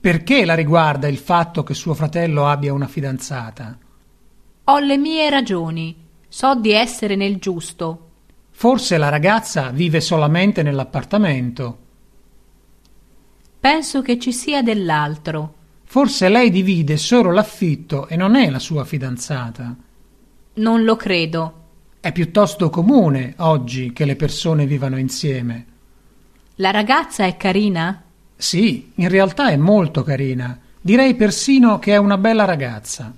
perché la riguarda il fatto che suo fratello abbia una fidanzata? Ho le mie ragioni. So di essere nel giusto. Forse la ragazza vive solamente nell'appartamento. Penso che ci sia dell'altro. Forse lei divide solo l'affitto e non è la sua fidanzata. Non lo credo. È piuttosto comune oggi che le persone vivano insieme. La ragazza è carina? Sì, in realtà è molto carina. Direi persino che è una bella ragazza.